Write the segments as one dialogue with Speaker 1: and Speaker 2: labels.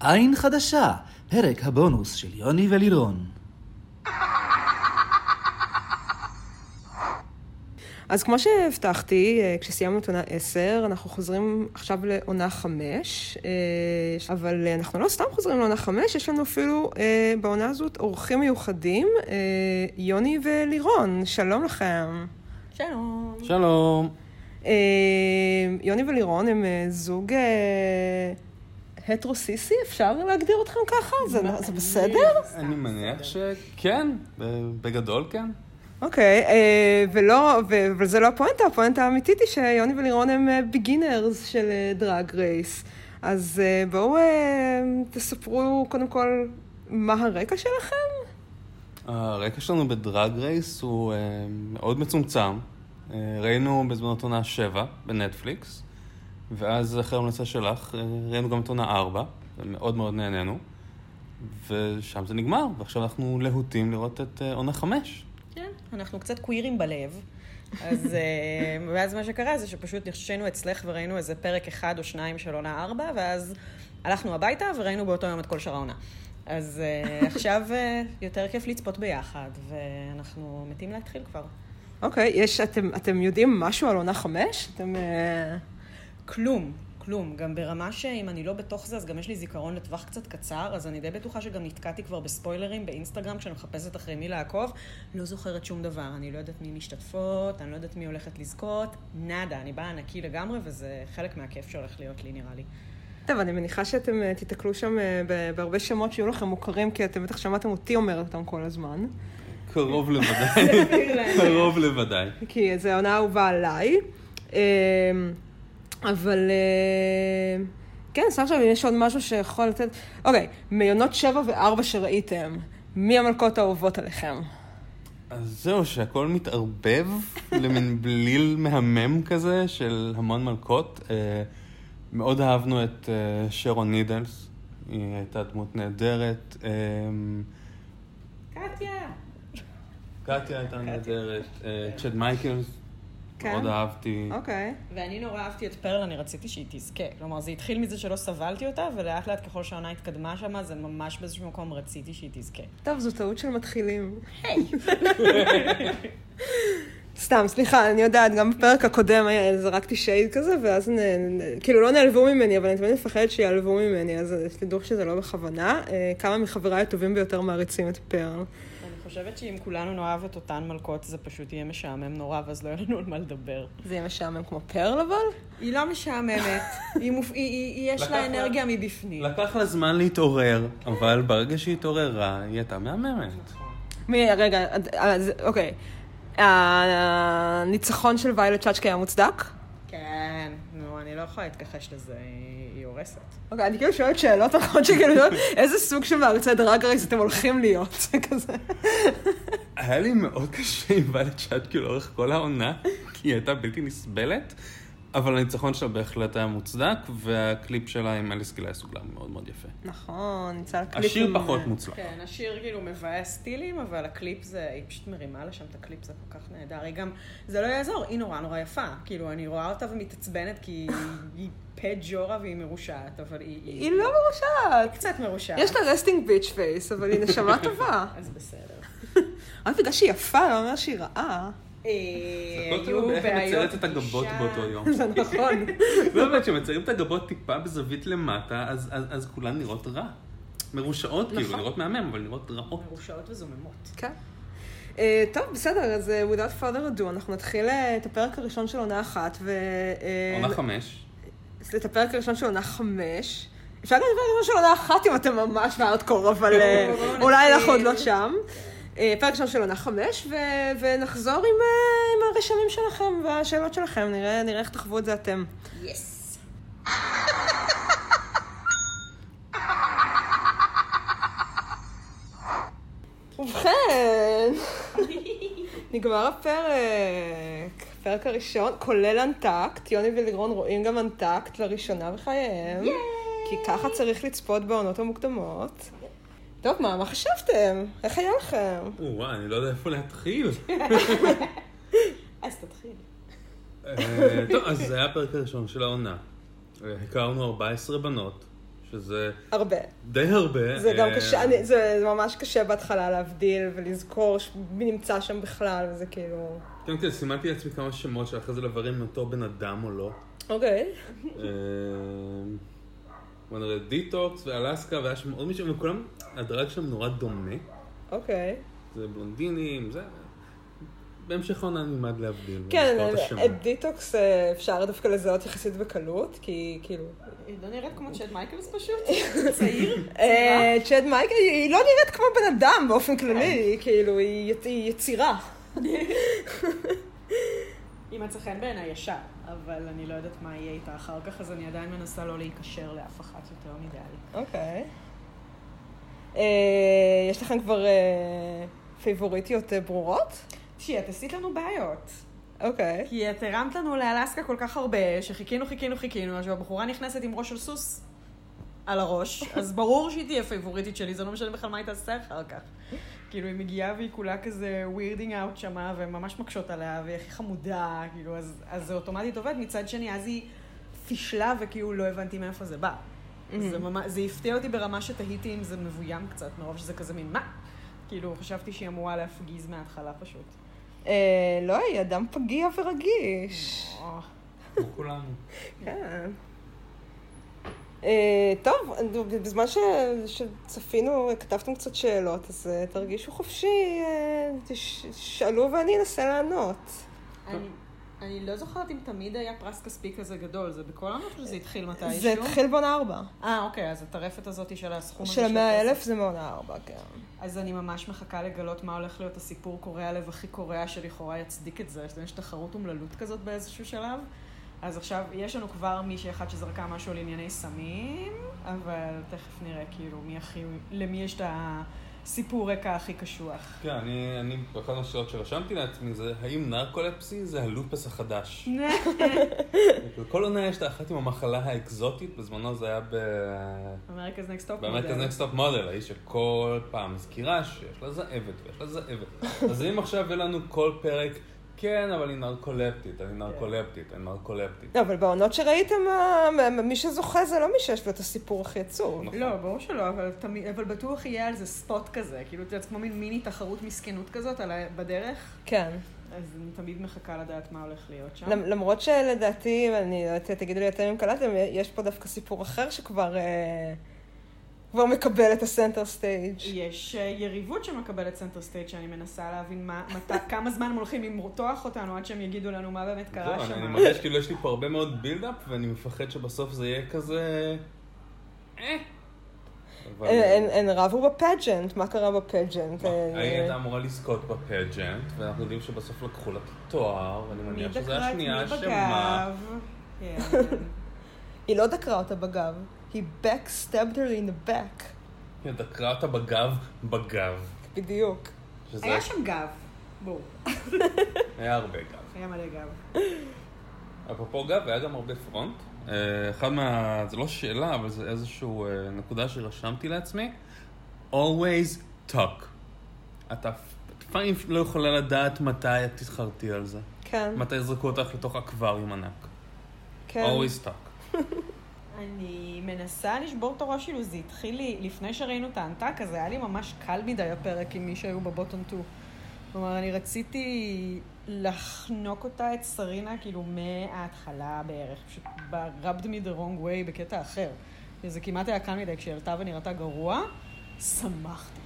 Speaker 1: עין חדשה, פרק הבונוס של יוני ולירון.
Speaker 2: אז כמו שהבטחתי, אה, כשסיימנו את עונה 10, אנחנו חוזרים עכשיו לעונה 5, אבל אה, אנחנו לא סתם חוזרים לעונה 5, יש לנו אפילו אה, בעונה הזאת אורחים מיוחדים, אה, יוני ולירון, שלום לכם.
Speaker 3: שלום.
Speaker 4: שלום.
Speaker 2: אה, יוני ולירון הם אה, זוג אה, הטרוסיסי, אפשר להגדיר אתכם ככה? זה, לא- זה בסדר?
Speaker 4: אני מניח שכן, ב- בגדול כן.
Speaker 2: אוקיי, אה, ולא, ו- אבל זה לא הפואנטה, הפואנטה האמיתית היא שיוני ולירון הם בגינרס של דרג רייס. אז אה, בואו אה, תספרו קודם כל מה הרקע שלכם.
Speaker 4: הרקע שלנו בדרג רייס הוא אה, מאוד מצומצם. אה, ראינו בזמן את עונה 7 בנטפליקס, ואז אחרי ההמלצה שלך אה, ראינו גם את עונה 4, ומאוד מאוד נהנינו, ושם זה נגמר, ועכשיו אנחנו להוטים לראות את אה, עונה 5.
Speaker 3: כן, אנחנו קצת קווירים בלב. אז אה, ואז מה שקרה זה שפשוט ישנו אצלך וראינו איזה פרק אחד או שניים של עונה ארבע, ואז הלכנו הביתה וראינו באותו יום את כל שאר העונה. אז אה, עכשיו אה, יותר כיף לצפות ביחד, ואנחנו מתים להתחיל כבר.
Speaker 2: אוקיי, יש, אתם, אתם יודעים משהו על עונה חמש? אתם... אה,
Speaker 3: כלום, כלום. גם ברמה שאם אני לא בתוך זה, אז גם יש לי זיכרון לטווח קצת קצר, אז אני די בטוחה שגם נתקעתי כבר בספוילרים באינסטגרם כשאני מחפשת אחרי מי לעקוב. לא זוכרת שום דבר. אני לא יודעת מי משתתפות, אני לא יודעת מי הולכת לזכות, נאדה. אני באה נקי לגמרי, וזה חלק מהכיף שהולך להיות לי, נראה לי.
Speaker 2: טוב, אני מניחה שאתם אה, תיתקלו שם אה, ב- בהרבה שמות שיהיו לכם מוכרים, כי אתם בטח שמעתם אותי אומרת אותם כל הזמן.
Speaker 4: קרוב לוודאי, קרוב לוודאי.
Speaker 2: כי זו העונה האהובה עליי. אמ, אבל אה, כן, סך עכשיו אם יש עוד משהו שיכול לתת... אוקיי, מיונות שבע וארבע שראיתם, מי המלכות האהובות עליכם?
Speaker 4: אז זהו, שהכל מתערבב למין בליל מהמם כזה של המון מלכות. אה, מאוד אהבנו את אה, שרון נידלס, היא הייתה דמות נהדרת. אה,
Speaker 3: קטיה!
Speaker 4: קטיה הייתה נהדרת, אה, צ'ד מייקלס,
Speaker 2: כן.
Speaker 4: מאוד אהבתי.
Speaker 2: אוקיי.
Speaker 3: ואני נורא אהבתי את פרל, אני רציתי שהיא תזכה. כלומר, זה התחיל מזה שלא סבלתי אותה, ולאט לאט ככל שהעונה התקדמה שמה, זה ממש באיזשהו מקום רציתי שהיא תזכה.
Speaker 2: טוב, זו טעות של מתחילים. סתם, סליחה, אני יודעת, גם בפרק הקודם היה- זרקתי שייד כזה, ואז נ... נ- כאילו לא נעלבו ממני, אבל אני תמיד מפחדת שיעלבו ממני, אז תדעו שזה לא בכוונה. אה, כמה מחבריי הטובים ביותר מעריצים את פרל.
Speaker 3: אני חושבת שאם כולנו נאהב את אותן מלכות, זה פשוט יהיה משעמם נורא, ואז לא יהיה לנו על מה לדבר.
Speaker 2: זה יהיה משעמם כמו פרל אבל?
Speaker 3: היא לא משעממת, היא מופ... היא, היא, יש
Speaker 4: לקח לה-
Speaker 3: לה אנרגיה מבפנים.
Speaker 4: לקח לה זמן להתעורר, אבל ברגע שהיא התעוררה, היא הייתה מהממת.
Speaker 2: מי, רגע, אז אוקיי. הניצחון של ויילט צ'אצ'קה היה מוצדק?
Speaker 3: כן, נו, אני לא יכולה להתכחש לזה, היא היא הורסת.
Speaker 2: אוקיי, אני כאילו שואלת שאלות נכון שכאילו, איזה סוג של מעריצי דרג רייס אתם הולכים להיות? זה כזה.
Speaker 4: היה לי מאוד קשה עם ואלת שטקי לאורך כל העונה, כי היא הייתה בלתי נסבלת, אבל הניצחון שלה בהחלט היה מוצדק, והקליפ שלה עם אליס גילאס הוא גם מאוד מאוד יפה.
Speaker 2: נכון, נמצא לקליפ.
Speaker 4: השיר
Speaker 2: אה,
Speaker 4: פחות מוצלח.
Speaker 3: כן, השיר כאילו מבאס סטילים, אבל הקליפ זה, היא פשוט מרימה לה שם את הקליפ, זה כל כך נהדר. היא גם, זה לא יעזור, היא נורא נורא יפה. כאילו, אני רואה אותה ומתעצבנת כי היא- היא פה ג'ורה והיא מרושעת, אבל היא...
Speaker 2: היא לא מרושעת.
Speaker 3: קצת מרושעת.
Speaker 2: יש לה רסטינג ביץ' פייס, אבל היא נשמה טובה.
Speaker 3: אז בסדר.
Speaker 2: רק בגלל שהיא יפה, לא אומר שהיא רעה.
Speaker 3: אה,
Speaker 4: הכל תלוי באיך היא מציירת את הגבות באותו יום.
Speaker 2: זה נכון.
Speaker 4: לא באמת, כשמציירים את הגבות טיפה בזווית למטה, אז- אז אז כולן נראות רע. מרושעות, כאילו,
Speaker 2: נכון.
Speaker 4: נראות מהמם, אבל נראות רעות.
Speaker 3: מרושעות וזוממות.
Speaker 2: כן. אה, טוב, בסדר, אז אה, without further ado, אנחנו נתחיל אה, את הפרק הראשון של עונה אחת, ו... אה,
Speaker 4: עונה חמש.
Speaker 2: את הפרק הראשון של עונה חמש. אפשר גם את הפרק הראשון של עונה אחת אם אתם ממש בארדקור, אבל אה,
Speaker 3: בואו
Speaker 2: אולי
Speaker 3: נתחיל.
Speaker 2: אנחנו עוד לא שם. אה, פרק ראשון של עונה חמש, ו- ונחזור עם אה, עם הרשמים שלכם והשאלות שלכם, נראה נראה איך תחוו את זה אתם.
Speaker 3: יס.
Speaker 2: ובכן, נגמר הפרק. הפרק הראשון, כולל אנטקט, יוני ולירון רואים גם אנטקט לראשונה בחייהם. כי ככה צריך לצפות בעונות המוקדמות. טוב, מה, מה חשבתם? איך היה לכם?
Speaker 4: וואי, אני לא יודע איפה להתחיל.
Speaker 3: אז תתחיל.
Speaker 4: אה, טוב, אז זה היה הפרק הראשון של העונה. אה, הכרנו 14 בנות, שזה
Speaker 2: הרבה.
Speaker 4: די הרבה.
Speaker 2: זה גם
Speaker 4: אה,
Speaker 2: קשה, אני, זה זה ממש קשה בהתחלה להבדיל ולזכור שמי נמצא שם בכלל, וזה כאילו...
Speaker 4: כן, כן, סימנתי לעצמי כמה שמות שאחרי זה לברר אם אותו בן אדם או לא.
Speaker 2: אוקיי.
Speaker 4: אה, בוא נראה, דיטוקס ואלסקה, והיה שם עוד מישהו, וכולם, הדרג שם נורא דומה.
Speaker 2: אוקיי.
Speaker 4: זה בלונדינים, זה... בהמשך העונה נלמד להבדיל.
Speaker 2: כן,
Speaker 4: ולזכור את השמות.
Speaker 2: את דיטוקס אה, אפשר דווקא לזהות יחסית בקלות, כי כאילו...
Speaker 3: היא לא נראית כמו צ'ד מייקלס פשוט, צעיר.
Speaker 2: אה, צ'ד מייקל, היא לא נראית כמו בן אדם באופן כללי, היא כאילו, היא יצ- היא יצירה.
Speaker 3: היא מצא חן בעיניי ישר, אבל אני לא יודעת מה יהיה איתה אחר כך, אז אני עדיין מנסה לא להיקשר לאף אחת יותר מדי.
Speaker 2: אוקיי. אה, יש לכם כבר אה, פייבוריטיות אה, ברורות?
Speaker 3: תשמעי, את עשית לנו בעיות.
Speaker 2: אוקיי.
Speaker 3: כי את הרמת לנו לאלסקה כל כך הרבה, שחיכינו, חיכינו, חיכינו, אז כשהבחורה נכנסת עם ראש של סוס על הראש, אז ברור שהיא תהיה פייבוריטית שלי, זה לא משנה בכלל מה היא תעשה אחר כך. כאילו, היא מגיעה והיא כולה כזה ווירדינג אאוט שמה, והן ממש מקשות עליה, והיא הכי חמודה, כאילו, אז, אז זה אוטומטית עובד. מצד שני, אז היא פישלה וכאילו לא הבנתי מאיפה זה בא. זה, ממש, זה הפתיע אותי ברמה שתהיתי אם זה מבוים קצת, מרוב שזה כזה מין מה? כאילו, חשבתי שהיא אמורה להפגיז מההתחלה פשוט.
Speaker 2: אה, לא, היא אדם פגיע ורגיש.
Speaker 3: אה.
Speaker 4: כמו כולנו.
Speaker 2: כן. אה, טוב, בזמן ש... שצפינו, כתבתם קצת שאלות, אז אה, תרגישו חופשי, אה, תש- תשאלו ואני אנסה לענות.
Speaker 3: אני- אני לא זוכרת אם תמיד היה פרס כספי כזה גדול, זה בכל העונות שזה התחיל מתישהו?
Speaker 2: זה התחיל בעונה ארבע.
Speaker 3: אה, אוקיי, אז הטרפת הזאת של הסכום הזה
Speaker 2: של המאה
Speaker 3: הכסף.
Speaker 2: אלף זה מעונה ארבע, כן.
Speaker 3: אז אני ממש מחכה לגלות מה הולך להיות הסיפור קורע הלב הכי קורע שלכאורה יצדיק את זה. יש לנו- יש תחרות אומללות כזאת באיזשהו שלב. אז עכשיו, יש לנו כבר מישהי אחת שזרקה משהו על ענייני סמים, אבל תכף נראה כאילו מי הכי, למי יש את הסיפור רקע הכי קשוח.
Speaker 4: כן, אני, אני, אחת השאלות שרשמתי לעצמי זה, האם נרקולפסי זה הלופס החדש? כל עונה יש את האחת עם המחלה האקזוטית, בזמנו זה היה ב...
Speaker 3: אמריקה זה נקסט טופ
Speaker 4: באמריקה זה נקסטופ מודל, האיש שכל פעם מזכירה שיש לה זאבת ויש לה זאבת. אז אם עכשיו יהיה לנו כל פרק, כן, אבל היא נרקולפטית, אני נרקולפטית, אני נרקולפטית.
Speaker 2: לא, אבל בעונות שראיתם, אה, מ- מ- מי שזוכה זה לא מי שיש לו את הסיפור הכי עצוב.
Speaker 4: נכון.
Speaker 3: לא, ברור שלא, אבל, תמיד, אבל בטוח יהיה על זה ספוט כזה. כאילו, את יודעת, כמו מין מיני תחרות מסכנות כזאת על ה... בדרך,
Speaker 2: כן.
Speaker 3: אז אני תמיד מחכה לדעת מה הולך להיות שם.
Speaker 2: למ- למרות שלדעתי, אני לא יודעת, תגידו לי אתם אם קלטתם, יש פה דווקא סיפור אחר שכבר אה, כבר מקבל את הסנטר סטייג'.
Speaker 3: יש אה, יריבות שמקבלת סנטר סטייט, שאני מנסה להבין מה, מת, כמה זמן הם הולכים למרתוח אותנו עד שהם יגידו לנו מה באמת קרה
Speaker 4: זהו, אני
Speaker 3: שם.
Speaker 4: מרגיש כאילו יש לי פה הרבה מאוד בילדאפ, ואני מפחד שבסוף זה יהיה כזה... אה. אבל-
Speaker 2: הן- הן אה, הן רבו בפג'נט, מה קרה בפג'נט? אה,
Speaker 4: היא הייתה אמורה לזכות בפג'נט, ואנחנו יודעים שבסוף לקחו לה את התואר, ואני
Speaker 3: מי
Speaker 4: מניח שזו
Speaker 3: דקרה את מי
Speaker 4: השנייה אשמה.
Speaker 3: בגב? כן.
Speaker 2: היא לא דקרה אותה בגב, היא backstabbed her in the back.
Speaker 4: היא דקרה אותה בגב, בגב.
Speaker 2: בדיוק.
Speaker 4: שזה
Speaker 3: היה שם גב. בואו,
Speaker 4: היה הרבה גב.
Speaker 3: היה מלא גב.
Speaker 4: אפרופו גב, היה גם הרבה פרונט. אה, אחד מה... זה לא שאלה, אבל זה איזושהי נקודה שרשמתי לעצמי. always talk. את אף את פעמים לא יכולה לדעת מתי את תתחרטי על זה.
Speaker 2: כן,
Speaker 4: מתי יזרקו אותך לתוך אקווריום ענק.
Speaker 2: כן.
Speaker 4: always talk.
Speaker 3: אני מנסה לשבור את הראש שלו, זה התחיל לי לפני שראינו את האנטק, אז היה לי ממש קל מדי הפרק עם מי שהיו בבוטום 2. כלומר, אני רציתי לחנוק אותה, את סרינה, כאילו מההתחלה בערך, פשוט ב-rubbed me the wrong way בקטע אחר. זה כמעט היה קל מדי, כשהיא עלתה ונראתה גרוע, שמחתי.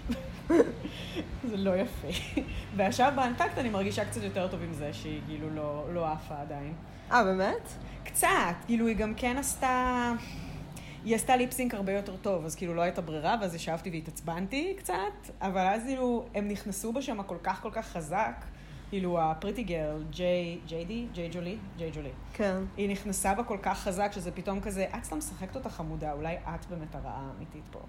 Speaker 3: זה לא יפה. ועכשיו באנטקט אני מרגישה קצת יותר טוב עם זה, שהיא כאילו לא, לא עפה עדיין.
Speaker 2: אה, באמת?
Speaker 3: קצת, כאילו היא גם כן עשתה... היא עשתה ליפסינק הרבה יותר טוב, אז כאילו לא הייתה ברירה, ואז ישבתי והתעצבנתי קצת, אבל אז כאילו הם נכנסו בו שם כל כך כל כך חזק, כאילו הפריטי גרל, ג'יי, ג'יי די? ג'יי ג'ולי? ג'יי ג'ולי.
Speaker 2: כן.
Speaker 3: היא נכנסה בה כל כך חזק, שזה פתאום כזה, את סתם משחקת אותה חמודה, אולי את באמת הרעה האמיתית פה.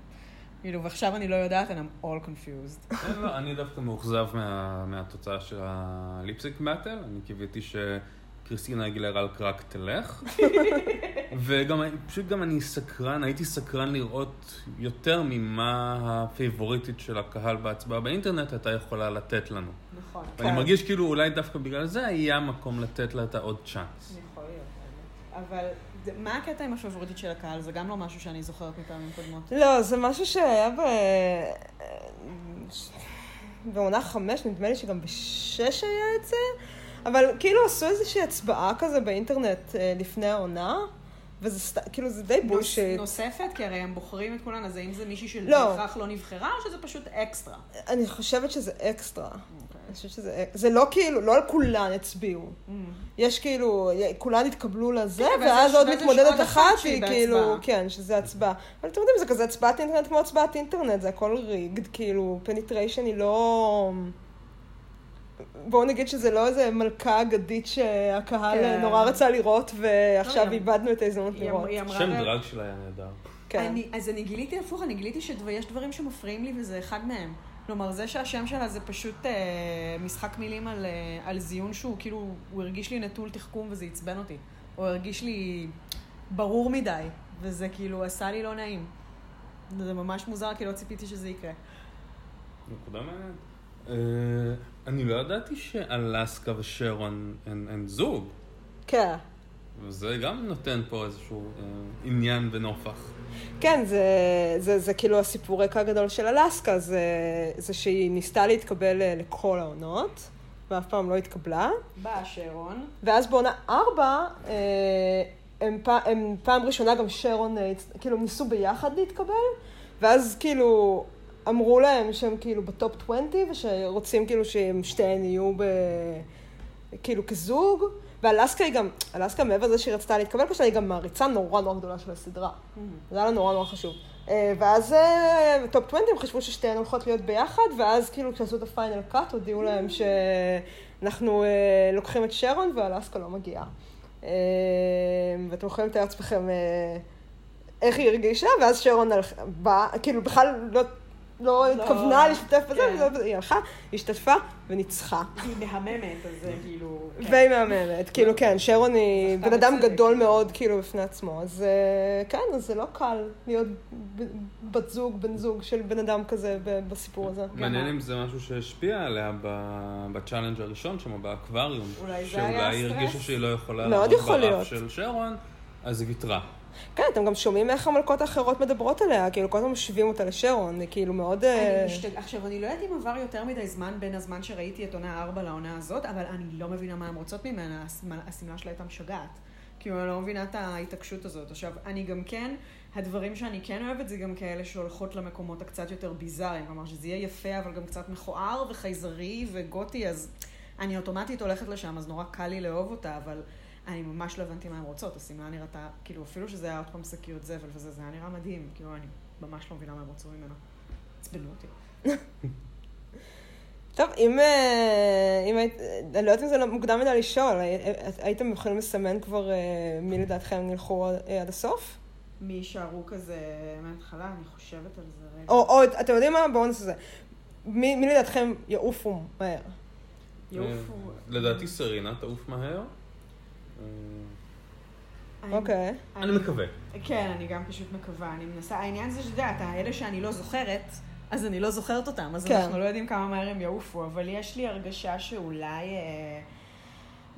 Speaker 3: כאילו, ועכשיו אני לא יודעת, and I'm all confused.
Speaker 4: לא, לא, אני דווקא מאוכזב מה- מהתוצאה של הליפסיק באטל. אני קיוויתי שקריסטינה אגילרה על קרק תלך. וגם, פשוט גם אני סקרן, הייתי סקרן לראות יותר ממה הפייבוריטית של הקהל בהצבעה באינטרנט הייתה יכולה לתת לנו.
Speaker 3: נכון.
Speaker 4: ואני מרגיש כאילו אולי דווקא בגלל זה היה מקום לתת לה את העוד צ'אנס.
Speaker 3: יכול להיות, האמת. אבל מה הקטע עם הפבוריטית של הקהל? זה גם לא משהו שאני זוכרת מפעמים קודמות.
Speaker 2: לא, זה משהו שהיה ב... אה, בעונה חמש, נדמה לי שגם בשש היה את זה, אבל כאילו עשו איזושהי הצבעה כזה באינטרנט אה, לפני העונה, וזה סת... כאילו זה די
Speaker 3: נוס-
Speaker 2: בולשיט.
Speaker 3: נוספת, כי הרי הם בוחרים את כולן, אז האם זה מישהי
Speaker 2: לא.
Speaker 3: שבהכרח אה, לא אה, נבחרה, או שזה פשוט אקסטרה?
Speaker 2: אני חושבת שזה אקסטרה. אני חושבת שזה... אק- זה לא כאילו, לא על כולן הצביעו. יש כאילו, כולן התקבלו לזה,
Speaker 3: כן, אבל
Speaker 2: ואז
Speaker 3: זה-
Speaker 2: עוד
Speaker 3: ואז יש
Speaker 2: מתמודדת
Speaker 3: עוד
Speaker 2: אחת
Speaker 3: אחת שהיא
Speaker 2: שהיא
Speaker 3: בהצבעה.
Speaker 2: כאילו, כן, שזה הצבעה. אבל אתם יודעים, זה כזה הצבעת אינטרנט כמו הצבעת אינטרנט, זה הכל ריגד, כאילו, פניטריישן היא לא... בואו נגיד שזה לא איזה מלכה אגדית שהקהל
Speaker 3: כן.
Speaker 2: נורא רצה לראות, ועכשיו
Speaker 3: לא, היא-
Speaker 2: איבדנו את ההזדמנות
Speaker 3: היא
Speaker 2: לראות.
Speaker 3: אמ- היא אמרה...
Speaker 4: שם
Speaker 3: ב-
Speaker 4: דרג שלה היה נהדר.
Speaker 2: כן.
Speaker 3: אני, אז אני גיליתי הפוך, אני גיליתי שיש דברים שמפריעים לי וזה אחד מהם. כלומר, זה שהשם שלה זה פשוט אה, משחק מילים על, אה, על זיון שהוא כאילו, הוא הרגיש לי נטול תחכום וזה עצבן אותי. הוא הרגיש לי ברור מדי, וזה כאילו עשה לי לא נעים. זה ממש מוזר, כי לא ציפיתי שזה יקרה.
Speaker 4: נקודה מעניינת. אה, אני לא ידעתי שאלסקה ושרון הן הן זוג,
Speaker 2: כן.
Speaker 4: וזה גם נותן פה איזשהו אה, עניין ונופח.
Speaker 2: כן, זה, זה, זה כאילו הסיפור רקע הגדול של אלסקה, זה, זה שהיא ניסתה להתקבל אה, לכל העונות, ואף פעם לא התקבלה.
Speaker 3: באה שרון.
Speaker 2: ואז בעונה ארבע, אה, הם, פ, הם פעם ראשונה גם שרון, אה, הצ- כאילו, הם ניסו ביחד להתקבל, ואז כאילו אמרו להם שהם כאילו בטופ 20, ושרוצים כאילו שהם שתיהן יהיו ב... כאילו כזוג, ואלסקה היא גם, אלסקה מעבר לזה שהיא רצתה להתקבל, פשוט היא גם מעריצה נורא נורא גדולה של הסדרה. זה היה לה נורא נורא חשוב. אה, ואז אה, טופ 20 הם חשבו ששתיהן הולכות להיות ביחד, ואז כאילו כשעשו את הפיינל קאט הודיעו להם שאנחנו אה, לוקחים את שרון ואלסקה לא מגיעה. אה, ואתם יכולים לתאר לעצמכם אה, איך היא הרגישה, ואז שרון הלכה, באה, כאילו בכלל לא, לא התכוונה להשתתף בזה,
Speaker 3: כן.
Speaker 2: וזה- היא הלכה, השתתפה וניצחה.
Speaker 3: היא מהממת, אז
Speaker 4: לא.
Speaker 3: זה כאילו...
Speaker 2: והיא מהממת, כאילו כן, שרון היא
Speaker 3: זכתה
Speaker 2: בן אדם
Speaker 3: בצדק.
Speaker 2: גדול מאוד כאילו בפני עצמו, אז אה, כן, אז זה לא קל להיות ב- בת זוג, בן זוג של בן אדם כזה ב- בסיפור הזה.
Speaker 4: מעניין אם זה משהו שהשפיע עליה ב- בצ'אלנג' הראשון שם, באקווריום.
Speaker 3: אולי זה היה
Speaker 4: שאולי היא
Speaker 3: הסטרס?
Speaker 4: הרגישה שהיא לא יכולה
Speaker 2: מאוד
Speaker 4: לעמוד
Speaker 2: יכול
Speaker 4: ברף
Speaker 2: להיות.
Speaker 4: של שרון, אז היא ויתרה.
Speaker 2: כן, אתם גם שומעים איך המלכות האחרות מדברות עליה, כאילו כל הזמן משווים אותה לשרון, היא כאילו מאוד... אה,
Speaker 3: אני משתג... עכשיו, אני לא יודעת אם עבר יותר מדי זמן בין הזמן שראיתי את עונה 4 לעונה הזאת, אבל אני לא מבינה מה הן רוצות ממנה, השמלה- השמלה שלה הייתה משגעת. כאילו, אני לא מבינה את ההתעקשות הזאת. עכשיו, אני גם כן, הדברים שאני כן אוהבת זה גם כאלה שהולכות למקומות הקצת יותר ביזאריים. כלומר, שזה יהיה יפה, אבל גם קצת מכוער וחייזרי וגותי, אז אני אוטומטית הולכת לשם, אז נורא קל לי לאהוב אותה, אבל אני ממש לא הבנתי מה הן רוצות. השמלה נראתה, כאילו, אפילו שזה היה עוד פעם שקיות זבל וזה, זה היה נראה מדהים. כאילו, אני ממש לא מבינה מה הם רצו ממנה. עצבנו אותי.
Speaker 2: טוב, אם... אה, אם היית... אני לא יודעת אם זה לא מוקדם מדי לשאול, הי- אה, הייתם יכולים לסמן כבר אה, מי לדעתכם ילכו עד- אה, עד הסוף?
Speaker 3: מי יישארו כזה מההתחלה, אני חושבת על זה רגע.
Speaker 2: או, או, אתם יודעים מה? בואו נעשה את זה. מי מי לדעתכם יעופו מהר?
Speaker 3: יעופו.
Speaker 4: אה, לדעתי סרינה תעוף מהר. אה,
Speaker 3: אני-
Speaker 2: אוקיי.
Speaker 4: אני מקווה.
Speaker 3: כן, אני גם פשוט מקווה, אני מנסה. העניין זה שזה, אתה, אלה שאני לא זוכרת, אז אני לא זוכרת אותם, אז
Speaker 2: כן.
Speaker 3: אנחנו לא יודעים כמה מהר הם יעופו, אבל יש לי הרגשה שאולי אה,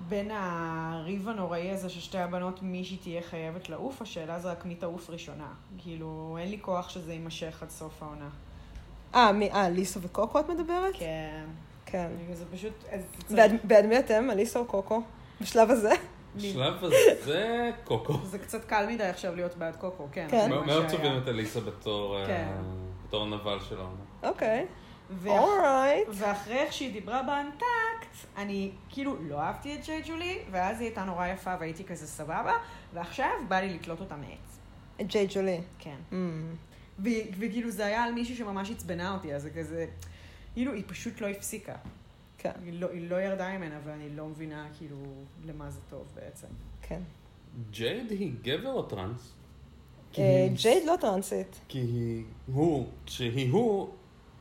Speaker 3: בין הריב הנוראי הזה של שתי הבנות, מישהי תהיה חייבת לעוף, השאלה זה רק מי תעוף ראשונה. כאילו, אין לי כוח שזה יימשך עד סוף העונה.
Speaker 2: אה, מי, אה, ליסו וקוקו את מדברת?
Speaker 3: כן.
Speaker 2: כן.
Speaker 3: זה פשוט... אז צריך-
Speaker 2: בעד, בעד מי אתם? אליסה או קוקו? בשלב הזה?
Speaker 3: לי.
Speaker 4: בשלב הזה קוקו.
Speaker 3: זה קצת קל מדי עכשיו להיות בעד קוקו, כן.
Speaker 2: כן.
Speaker 3: זה מה
Speaker 4: מאוד מאוד
Speaker 3: שהיה.
Speaker 4: צובעים את אליסה בתור, אה,
Speaker 3: כן.
Speaker 4: בתור נבל של העונה.
Speaker 2: אוקיי.
Speaker 3: ואח-
Speaker 2: אורייט.
Speaker 3: ואחרי איך שהיא דיברה באנטקט, אני כאילו לא אהבתי את ג'יי ג'ולי, ואז היא הייתה נורא יפה והייתי כזה סבבה, ועכשיו בא לי לתלות אותה מעץ.
Speaker 2: ג'יי ג'ולי.
Speaker 3: כן.
Speaker 2: Mm.
Speaker 3: ו- וכאילו זה היה על מישהי שממש עצבנה אותי, אז זה כזה... כאילו, היא פשוט לא הפסיקה.
Speaker 2: כן,
Speaker 3: היא לא, היא לא ירדה ממנה, ואני לא מבינה כאילו למה זה טוב בעצם.
Speaker 2: כן.
Speaker 4: ג'ייד היא גבר או טרנס? כי
Speaker 2: אה,
Speaker 4: היא-
Speaker 2: ג'ייד לא טרנסית.
Speaker 4: כי היא- הוא, שהיא הוא,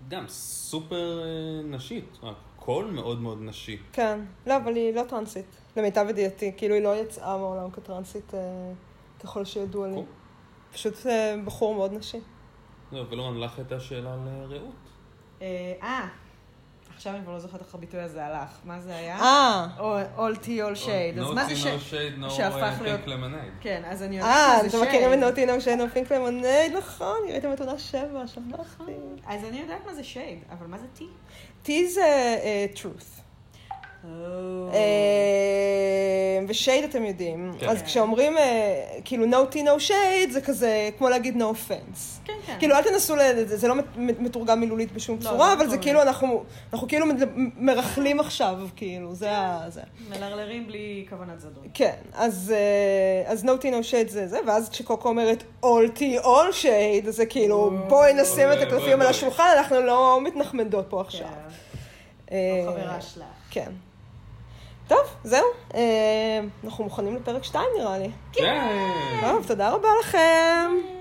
Speaker 4: גם סופר אה, נשית. הכל מאוד מאוד נשי.
Speaker 2: כן. לא, אבל היא לא טרנסית. למיטב ידיעתי. כאילו, היא לא יצאה מהעולם כטרנסית, אה, ככל שידוע
Speaker 3: אוקיי.
Speaker 2: לי.
Speaker 4: קוק.
Speaker 2: פשוט אה, בחור מאוד נשי.
Speaker 4: לא, ולא, לך הייתה שאלה על אה, רעות.
Speaker 3: אה, אה, עכשיו אני כבר לא זוכרת איך הביטוי הזה הלך. מה זה היה?
Speaker 2: אה,
Speaker 3: All- All tea, all shade. אז מה זה ש...
Speaker 4: No tea, no shade, no
Speaker 3: שהפך
Speaker 4: uh,
Speaker 3: להיות-
Speaker 4: pink lemonade.
Speaker 3: כן, אז אני
Speaker 2: אה,
Speaker 3: יודעת שזה
Speaker 2: אתם
Speaker 3: shade.
Speaker 2: מכירים את נוטי נו שיין אופינק למונייד, נכון, ראיתם את עונה שבע, שכחתי.
Speaker 3: אז אני יודעת מה זה שייד, אבל מה זה טי?
Speaker 2: T זה אה, truth. אה, ושייד אתם יודעים.
Speaker 4: כן.
Speaker 2: אז כשאומרים, אה, כאילו, no tea, no shade, זה כזה כמו להגיד no offense.
Speaker 3: כן, כן.
Speaker 2: כאילו, אל תנסו, ל- זה זה לא מת- מתורגם מילולית בשום
Speaker 3: לא,
Speaker 2: צורה,
Speaker 3: לא
Speaker 2: אבל זה
Speaker 3: מתורגם.
Speaker 2: כאילו, אנחנו אנחנו כאילו מד- מרכלים עכשיו, כאילו, זה ה... זה.
Speaker 3: מלרלרים בלי כוונת זדון.
Speaker 2: כן, אז, אה, אז no tea no shade זה זה, ואז כשקוקו אומרת all tea all shade, אז זה כאילו בואי נשים את
Speaker 4: אוי,
Speaker 2: הקלפים על
Speaker 4: אוי.
Speaker 2: השולחן, אנחנו לא מתנחמדות פה עכשיו.
Speaker 3: כן.
Speaker 2: אה,
Speaker 3: או לא חברה שלך.
Speaker 2: כן. טוב, זהו, אה, אנחנו מוכנים לפרק 2 נראה לי.
Speaker 4: כן.
Speaker 2: טוב, תודה רבה לכם.